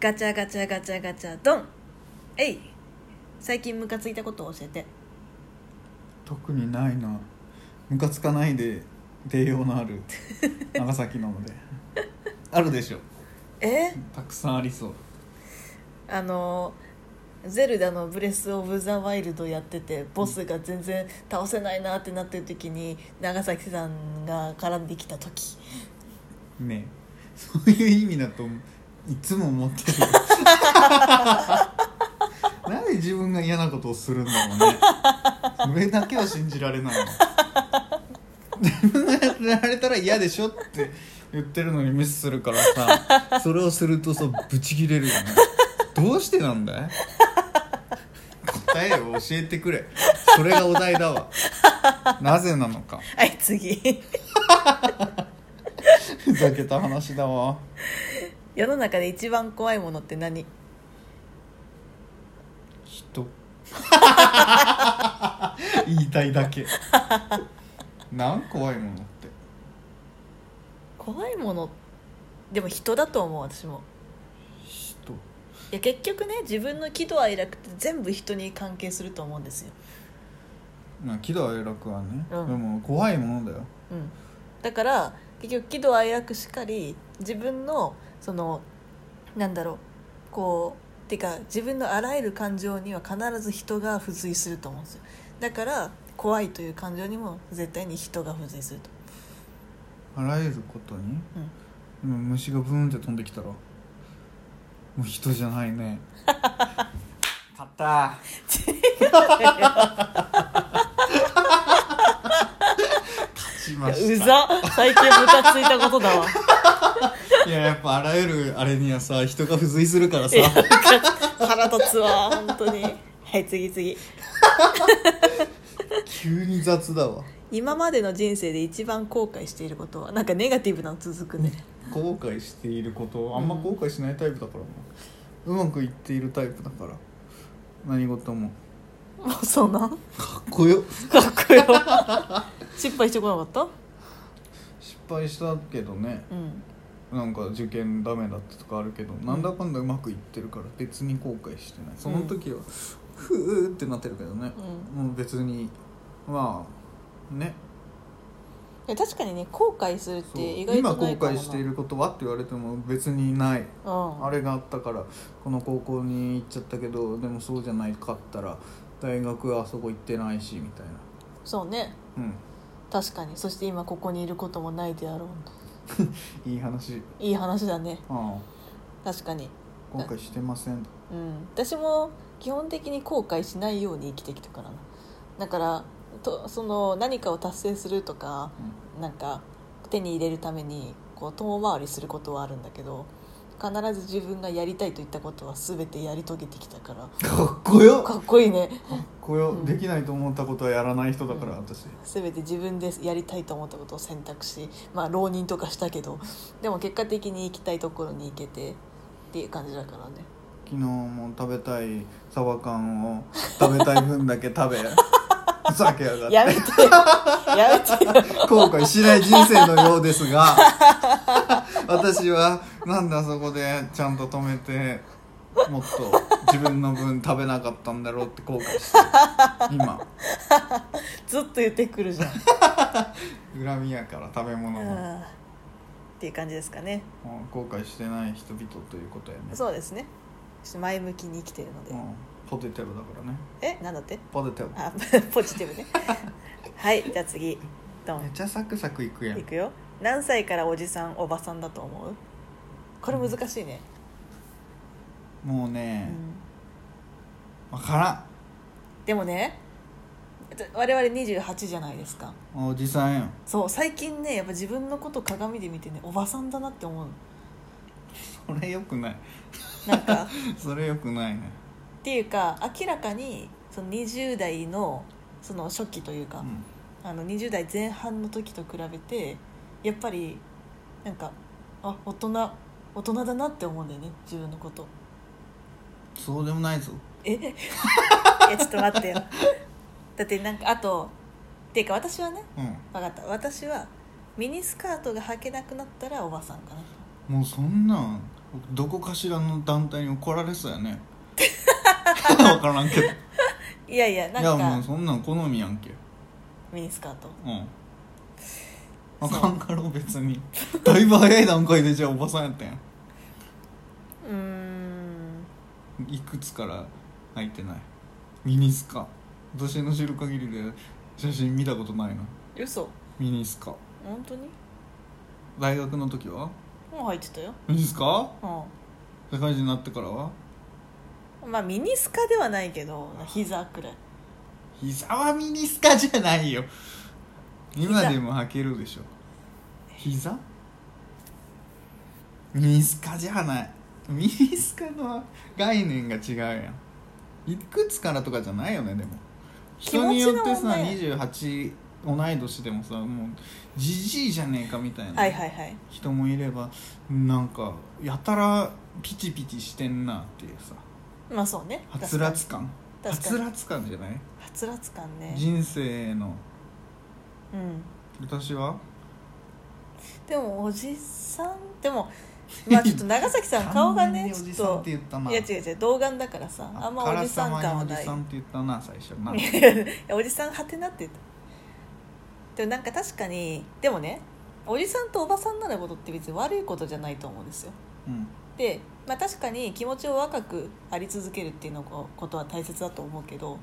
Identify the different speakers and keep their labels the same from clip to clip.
Speaker 1: ガチャガチャガチャガチャドンえい最近ムカついたことを教えて
Speaker 2: 特にないなムカつかないで栄養のある長崎なのであるでしょ
Speaker 1: え
Speaker 2: たくさんありそう
Speaker 1: あのゼルダの「ブレス・オブ・ザ・ワイルド」やっててボスが全然倒せないなってなってる時に長崎さんが絡んできた時
Speaker 2: ねそういう意味だといつも思ってるなんで自分が嫌なことをするんだろうねそれだけは信じられないの自分がやられたら嫌でしょって言ってるのに無視するからさそれをするとさブチギレるよねどうしてなんだい答えを教えてくれそれがお題だわなぜなのか
Speaker 1: はい次
Speaker 2: ふざけた話だわ
Speaker 1: 世の中で一番怖いものって何
Speaker 2: 人 言いたいだけなん怖いものって
Speaker 1: 怖いものでも人だと思う私も
Speaker 2: 人
Speaker 1: いや結局ね自分の喜怒哀楽って全部人に関係すると思うんですよ、
Speaker 2: まあ喜怒哀楽はね、
Speaker 1: うん
Speaker 2: でも怖いものだよ
Speaker 1: うん、だから結局喜怒哀楽しかり自分のそのなんだろうこうてか自分のあらゆる感情には必ず人が付随すると思うんですよだから怖いという感情にも絶対に人が付随すると、
Speaker 2: あらゆることに
Speaker 1: うん、
Speaker 2: でも虫がブーンって飛んできたらもう人じゃないね勝った勝ちま
Speaker 1: う
Speaker 2: した
Speaker 1: ざ最近ムカついたこと だわ
Speaker 2: いややっぱあらゆるあれにはさ人が付随するからさ
Speaker 1: いや腹立つわ本当にはい次次
Speaker 2: 急に雑だわ
Speaker 1: 今までの人生で一番後悔していることはなんかネガティブなの続くね
Speaker 2: 後悔していることあんま後悔しないタイプだからな、うまくいっているタイプだから何事も
Speaker 1: もうそんなかっ
Speaker 2: かっこよ
Speaker 1: こよ失敗してこなかった
Speaker 2: 失敗したけどね
Speaker 1: うん
Speaker 2: なんか受験ダメだったとかあるけど、なんだかんだうまくいってるから別に後悔してないその時は、ふーってなってるけどね、もう別にまあね
Speaker 1: いや確かにね後悔するっ
Speaker 2: そう
Speaker 1: て意外
Speaker 2: 今
Speaker 1: と
Speaker 2: 後
Speaker 1: ないかもな
Speaker 2: 悔していることはって言われても別にない
Speaker 1: うん
Speaker 2: あれがあったからこの高校に行っちゃったけどでもそうじゃないかったら大学はあそこ行ってないしみたいな
Speaker 1: そうね
Speaker 2: う
Speaker 1: 確かにそして今ここにいることもないであろうん
Speaker 2: いい話
Speaker 1: いい話だね
Speaker 2: ああ
Speaker 1: 確かに
Speaker 2: 後悔してません
Speaker 1: うん私も基本的に後悔しないように生きてきたからなだからとその何かを達成するとか
Speaker 2: う
Speaker 1: なんか手に入れるためにこう遠回りすることはあるんだけど必ず自分がやりたいと言ったことは全てやり遂げてきた から
Speaker 2: んかっこよかっ
Speaker 1: かっこいいね
Speaker 2: こよ、
Speaker 1: うん
Speaker 2: できないと思ったことはやらない人だから、
Speaker 1: うん
Speaker 2: 私
Speaker 1: 全て自分でやりたいと思ったことを選択しまあ浪人とかしたけどでも結果的に行きたいところに行けてっていう感じだからね
Speaker 2: 昨日も食べたいサバ缶を食べたい分だけ食 べふざけやがって
Speaker 1: やめて やめてよ
Speaker 2: 後悔しない人生のようですが私はなんであそこでちゃんと止めてもっと自分の分食べなかったんだろうって後悔してる今
Speaker 1: ずっと言ってくるじゃん
Speaker 2: 恨みやから食べ物
Speaker 1: う
Speaker 2: の
Speaker 1: んっていう感じですかね
Speaker 2: うん後悔してない人々ということやね
Speaker 1: そうですねちょっと前向きに生きてるので
Speaker 2: うんポテトだからね
Speaker 1: えなんだって
Speaker 2: ポテト
Speaker 1: あ ポジティブねはいじゃあ次ド
Speaker 2: めっ
Speaker 1: ン
Speaker 2: ちゃサクサクいくや
Speaker 1: い
Speaker 2: ん
Speaker 1: くよ何歳からおじさんおばさんだと思うこれ難しいね、
Speaker 2: もう
Speaker 1: う
Speaker 2: ね
Speaker 1: ん
Speaker 2: 分か
Speaker 1: でもね我々28じゃないですから
Speaker 2: んおじさんやん
Speaker 1: そう最近ねやっぱ自分のこと鏡で見てねおばさんだなって思うの
Speaker 2: それよくない
Speaker 1: なんか
Speaker 2: それよくないね
Speaker 1: っていうか明らかにその20代のその初期というか、
Speaker 2: うん
Speaker 1: あの20代前半の時と比べてやっぱりなんかあ大人大人だなって思うんだよね自分のこと
Speaker 2: そうでもないぞ
Speaker 1: え えちょっと待ってよだってなんかあとっていうか私はね
Speaker 2: うん
Speaker 1: 分かった私はミニスカートが履けなくなったらおばさんかな
Speaker 2: もうそんなんどこかしらの団体に怒られそうや ね分からんけど
Speaker 1: いやいやない
Speaker 2: やもうん
Speaker 1: か
Speaker 2: そんなん好みやんけ
Speaker 1: ミニスカート
Speaker 2: うんあかんかろう別にだいぶ早い段階でじゃあおばさんやったやん
Speaker 1: うーん
Speaker 2: いくつから履いてないミニスカ私の知る限りで写真見たことないな
Speaker 1: 嘘
Speaker 2: ミニスカ
Speaker 1: 本当に
Speaker 2: 大学の時は
Speaker 1: もう入ってたよ
Speaker 2: ミニスカ
Speaker 1: う
Speaker 2: 社会人になってからは
Speaker 1: んまあミニスカではないけど膝くらい
Speaker 2: 膝はミニスカじゃないよ今でも履けるでしょ膝ミニスカじゃないミニスカの概念が違うやんいくつからとかじゃないよねでも
Speaker 1: 気
Speaker 2: 人
Speaker 1: 持
Speaker 2: に
Speaker 1: ち
Speaker 2: よ
Speaker 1: の
Speaker 2: ってさ
Speaker 1: 問題
Speaker 2: 28同い年でもさもうじじいじゃねえかみたいな
Speaker 1: はいはいはい
Speaker 2: 人もいればなんかやたらピチピチしてんなっていうさ
Speaker 1: まあそうね
Speaker 2: はつらつ感は
Speaker 1: 確かに
Speaker 2: つらつ感じゃない
Speaker 1: はつらつ感ね
Speaker 2: 人生の
Speaker 1: うん
Speaker 2: 私は
Speaker 1: でもおじさんでもまあちょっと長崎さん顔がね
Speaker 2: 完全に
Speaker 1: ち
Speaker 2: おじさん
Speaker 1: ょ
Speaker 2: っ
Speaker 1: って
Speaker 2: 言った
Speaker 1: と
Speaker 2: ない
Speaker 1: や違う違う童顔だからさあんまおじさん感は
Speaker 2: あか
Speaker 1: な
Speaker 2: らさまにおじ
Speaker 1: い
Speaker 2: さんって言ったな最初 な
Speaker 1: いやいやおじさんはてなって言ったでもなんか確かにでもねおじさんとおばさんになることって別に悪いことじゃないと思うんですよ
Speaker 2: うん
Speaker 1: で、まあ、確かに気持ちを若くあり続けるっていうのこことは大切だと思うけど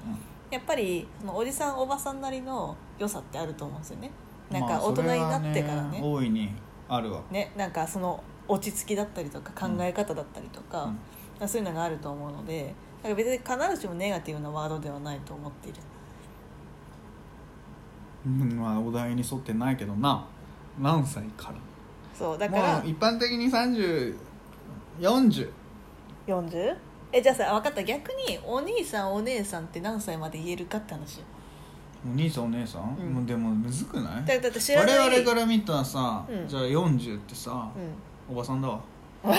Speaker 1: やっぱりそのおじさんおばさんなりの良さってあると思うんですよねなん
Speaker 2: まあ
Speaker 1: か大人になってから
Speaker 2: それは
Speaker 1: ね,、
Speaker 2: 大いにあるわ
Speaker 1: ねなんかその落ち着きだったりとか考え方だったりとか、
Speaker 2: うん
Speaker 1: まあそういうのがあると思うのでなんか別に必ずしもネガティブなワードではないと思っている
Speaker 2: うんまあお題に沿ってないけどな何歳から
Speaker 1: そうだから、
Speaker 2: もう一般的に3040
Speaker 1: 40? えじゃあさ分かった逆にお兄さんお姉さんって何歳まで言えるかって話よ
Speaker 2: お兄さんお姉さん、
Speaker 1: うん
Speaker 2: もうでもむずくない
Speaker 1: だだって知らない
Speaker 2: 我々から見たらさ、
Speaker 1: うん
Speaker 2: じゃあ40ってさ、
Speaker 1: う
Speaker 2: おばさんだわ
Speaker 1: んい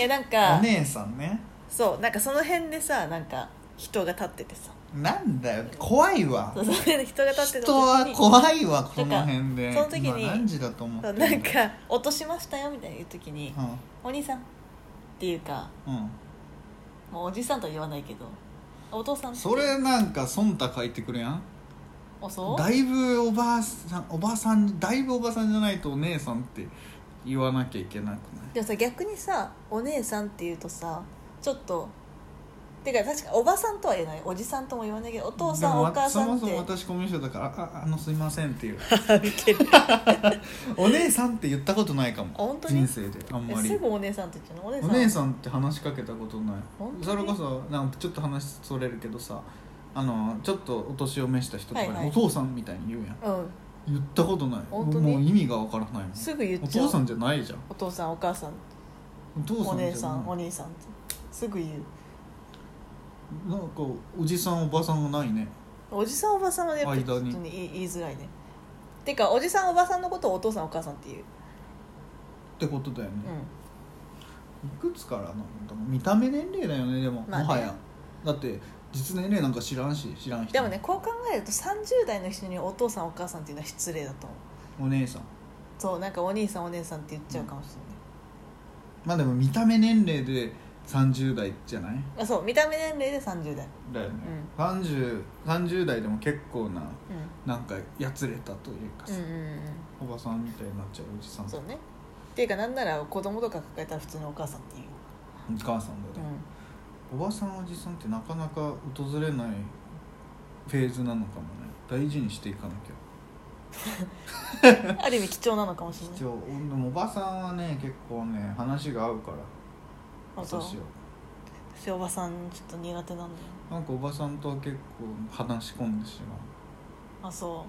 Speaker 1: やなん
Speaker 2: お
Speaker 1: か
Speaker 2: 姉さんね
Speaker 1: そうなんかその辺でさなんか人が立っててさ
Speaker 2: なんだよ怖いわ
Speaker 1: そうその辺で人が立ってた
Speaker 2: 人は怖いわこの辺で
Speaker 1: その時に
Speaker 2: 今何時だと思って
Speaker 1: そう
Speaker 2: る
Speaker 1: なんか落としましたよみたいな言う時に「お兄さん」っていうか
Speaker 2: うん、うん
Speaker 1: もうおじさんとは言わないけどお父さんって
Speaker 2: それなんか忖度書いてくるやん
Speaker 1: おそう
Speaker 2: だいぶおばあさんおばさんだいぶおばさんじゃないとお姉さんって言わなきゃいけなくない
Speaker 1: でもさ逆にさお姉さんっていうとさちょっとてか確かおばさんとは言えないおじさんとも言わないけどお父さん
Speaker 2: でも
Speaker 1: お
Speaker 2: わ
Speaker 1: 母さんって
Speaker 2: そもそも私コミュ障だからあああのすいません っていう
Speaker 1: ウケる
Speaker 2: お姉さんって言ったことないかも
Speaker 1: 本当に
Speaker 2: 人生であん
Speaker 1: え
Speaker 2: ますり
Speaker 1: ぐお姉さんって言っちゃうのお姉さ
Speaker 2: お
Speaker 1: ん
Speaker 2: 姉さんって話しかけたことない
Speaker 1: 本当
Speaker 2: そ
Speaker 1: に
Speaker 2: れこそなんかちょっと話それるけどさあのちょっとお年を召した人とかに、
Speaker 1: はいはい
Speaker 2: お父さんみたいに言うやん
Speaker 1: うん
Speaker 2: 言ったことない
Speaker 1: 本当に
Speaker 2: もう意味がわからないもん
Speaker 1: すぐ言
Speaker 2: お
Speaker 1: っちゃう
Speaker 2: 父さんじゃないじゃん
Speaker 1: お父さんお母さん
Speaker 2: お父
Speaker 1: お
Speaker 2: さんじゃない
Speaker 1: 姉さんお兄さんってすぐ言う
Speaker 2: なんかおじさんおばさんがないね
Speaker 1: おじさんおばさんはやっぱりちょっと
Speaker 2: 間に
Speaker 1: ね言い言いづらいねてかおじさんおばさんのことをお父さんお母さんって言う
Speaker 2: ってことだよね、
Speaker 1: う
Speaker 2: いくつからなんだろう見た目年齢だよねでも、
Speaker 1: まあね
Speaker 2: もはやだって実年齢なんか知らんし知らん
Speaker 1: ん
Speaker 2: 人
Speaker 1: でもねこう考えると30代の人にお父さんお母さんっていうのは失礼だと思う
Speaker 2: お姉さん
Speaker 1: そうなんかお兄さんお姉さんって言っちゃうかもしれない、
Speaker 2: まあでも見た目年齢で30代じゃない
Speaker 1: あそう見た目年齢で30代
Speaker 2: だよね、30, 30代でも結構な
Speaker 1: う
Speaker 2: なんかやつれたというかさ
Speaker 1: ん、うん、うんうん
Speaker 2: おばさんみたいになっちゃうおじさん
Speaker 1: そ
Speaker 2: お
Speaker 1: うねっていうかなんなら子供とか抱えたら普通のお母さんっていう、
Speaker 2: 母さんだよね、おばさんおじさんってなかなか訪れないフェーズなのかもね大事にしていかなきゃ
Speaker 1: うん、ある意味貴重なのかもしれない
Speaker 2: 一応でもおばさんはね結構ね話が合うから
Speaker 1: あそう
Speaker 2: 私は
Speaker 1: 私おばさんちょっと苦手なんだよ
Speaker 2: なんかおばさんとは結構話し込んでしまう
Speaker 1: あそ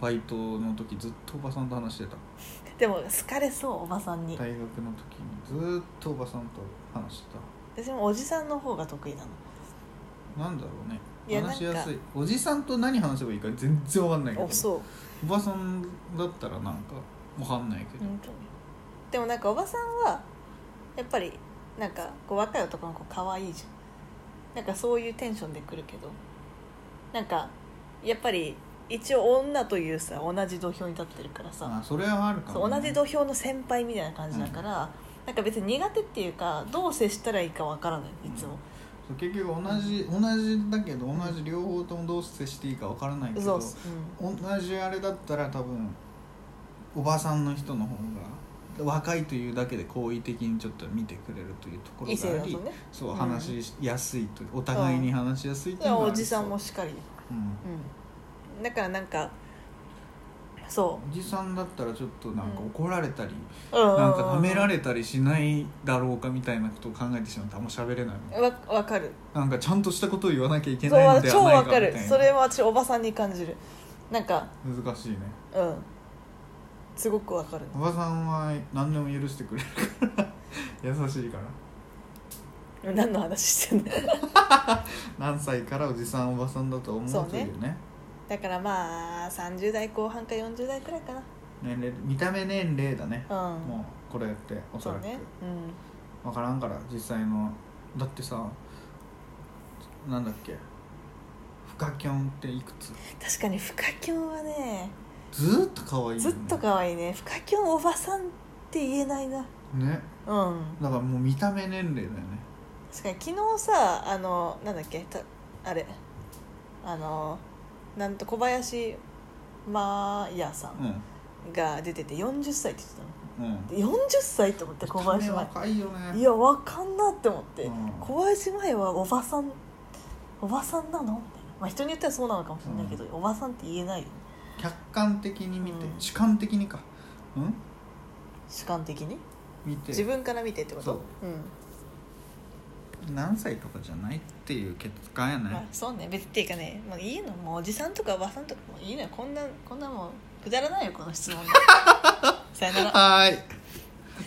Speaker 2: バイトの時ずっとおばさんと話してた
Speaker 1: うでも好かれそうおばさんに
Speaker 2: 大学の時にずっとおばさんと話して
Speaker 1: 私もおじさんの方が得意なの
Speaker 2: たなんだろうね
Speaker 1: いや
Speaker 2: 話しやす
Speaker 1: なん
Speaker 2: いおじさんと何話せばいいか全然わかんないけど
Speaker 1: あそう
Speaker 2: おばさんだったらなんかわかんないけど、
Speaker 1: 本当にでもなんかおばさんはやっぱりなんかこう若い男の子可愛いじゃんなんかそういうテンションで来るけどなんかやっぱり一応女というさ同じ土俵に立ってるからさ
Speaker 2: あそれはあるか
Speaker 1: そう
Speaker 2: もね、
Speaker 1: 同じ土俵の先輩みたいな感じだから、なんか別に苦手っていうかどう接したらいいかわからないいつも、
Speaker 2: そう結局同じ同じだけど同じ両方ともどう接していいかわからないけ
Speaker 1: そう
Speaker 2: ど
Speaker 1: っす、うん
Speaker 2: 同じあれだったら多分おばさんの人の方が若いというだけで好意的にちょっと見てくれるというところ
Speaker 1: 異性
Speaker 2: が
Speaker 1: だ
Speaker 2: あ
Speaker 1: と
Speaker 2: り、
Speaker 1: ね
Speaker 2: そう
Speaker 1: うん
Speaker 2: 話しやすいというお互いに話しやすいっていうのがあ
Speaker 1: お
Speaker 2: る
Speaker 1: じさんもしっかり、
Speaker 2: うん
Speaker 1: うん、だからなんかそ
Speaker 2: おじさんだったらちょっとなんか
Speaker 1: うん
Speaker 2: 怒られたり、
Speaker 1: うううう
Speaker 2: なんか舐められたりしないだろうかみたいなことを考えてしまってあんま喋れないもん
Speaker 1: わわかる
Speaker 2: なんかちゃんとしたことを言わなきゃいけ
Speaker 1: そ
Speaker 2: な
Speaker 1: う
Speaker 2: いの
Speaker 1: わ
Speaker 2: で
Speaker 1: 超
Speaker 2: はない
Speaker 1: わ
Speaker 2: か
Speaker 1: か
Speaker 2: み
Speaker 1: る
Speaker 2: たい
Speaker 1: それ
Speaker 2: な
Speaker 1: は私おばさんに感じるなんか
Speaker 2: 難しいね
Speaker 1: うんすごくわかる
Speaker 2: おばさんは何でも許してくれるから優しいから
Speaker 1: 何の話して んの
Speaker 2: 何歳からおじさんおばさんだと思
Speaker 1: そう
Speaker 2: うとい
Speaker 1: ね
Speaker 2: うね
Speaker 1: だからまあ30代後半か40代くらいか
Speaker 2: 年齢見た目年齢だね、
Speaker 1: なうん
Speaker 2: もうこれっておそ
Speaker 1: そ
Speaker 2: ら
Speaker 1: う
Speaker 2: く、
Speaker 1: ねうん
Speaker 2: 分からんから実際のだってさなんだっけフカキョンっていくつ
Speaker 1: 確かにフカキョンはね
Speaker 2: ずーっと可愛いよ
Speaker 1: ず
Speaker 2: ね
Speaker 1: っと可愛いねフカキョンおばさんって言えないな
Speaker 2: ね
Speaker 1: うん
Speaker 2: だからもう見た目年齢だよね
Speaker 1: 確かに昨日さあのなんだっけたあれあのなんと小林マーヤさんが出てて40歳って
Speaker 2: うんうん
Speaker 1: 言ってたので40歳と思って小林
Speaker 2: 見た目
Speaker 1: 麻
Speaker 2: 若いよ
Speaker 1: 衣い
Speaker 2: ね
Speaker 1: やわかんなって思って、
Speaker 2: うん
Speaker 1: 小林麻衣はおばさんおばさんなのみたいな、まあ、人によってはそうなのかもしれないけど、おばさんって言えないよね
Speaker 2: 客観的に見て、
Speaker 1: うん
Speaker 2: 主観的にかうん
Speaker 1: 主観的に
Speaker 2: 見て
Speaker 1: 自分から見てってこと
Speaker 2: そう
Speaker 1: うん
Speaker 2: 何歳とかじゃないっていう結果やね、
Speaker 1: まあそうね別っていうかねもういいのもうおじさんとかおばさんとかもういいのよこんなこんなもうくだらないよこの質問がさよなら
Speaker 2: はーい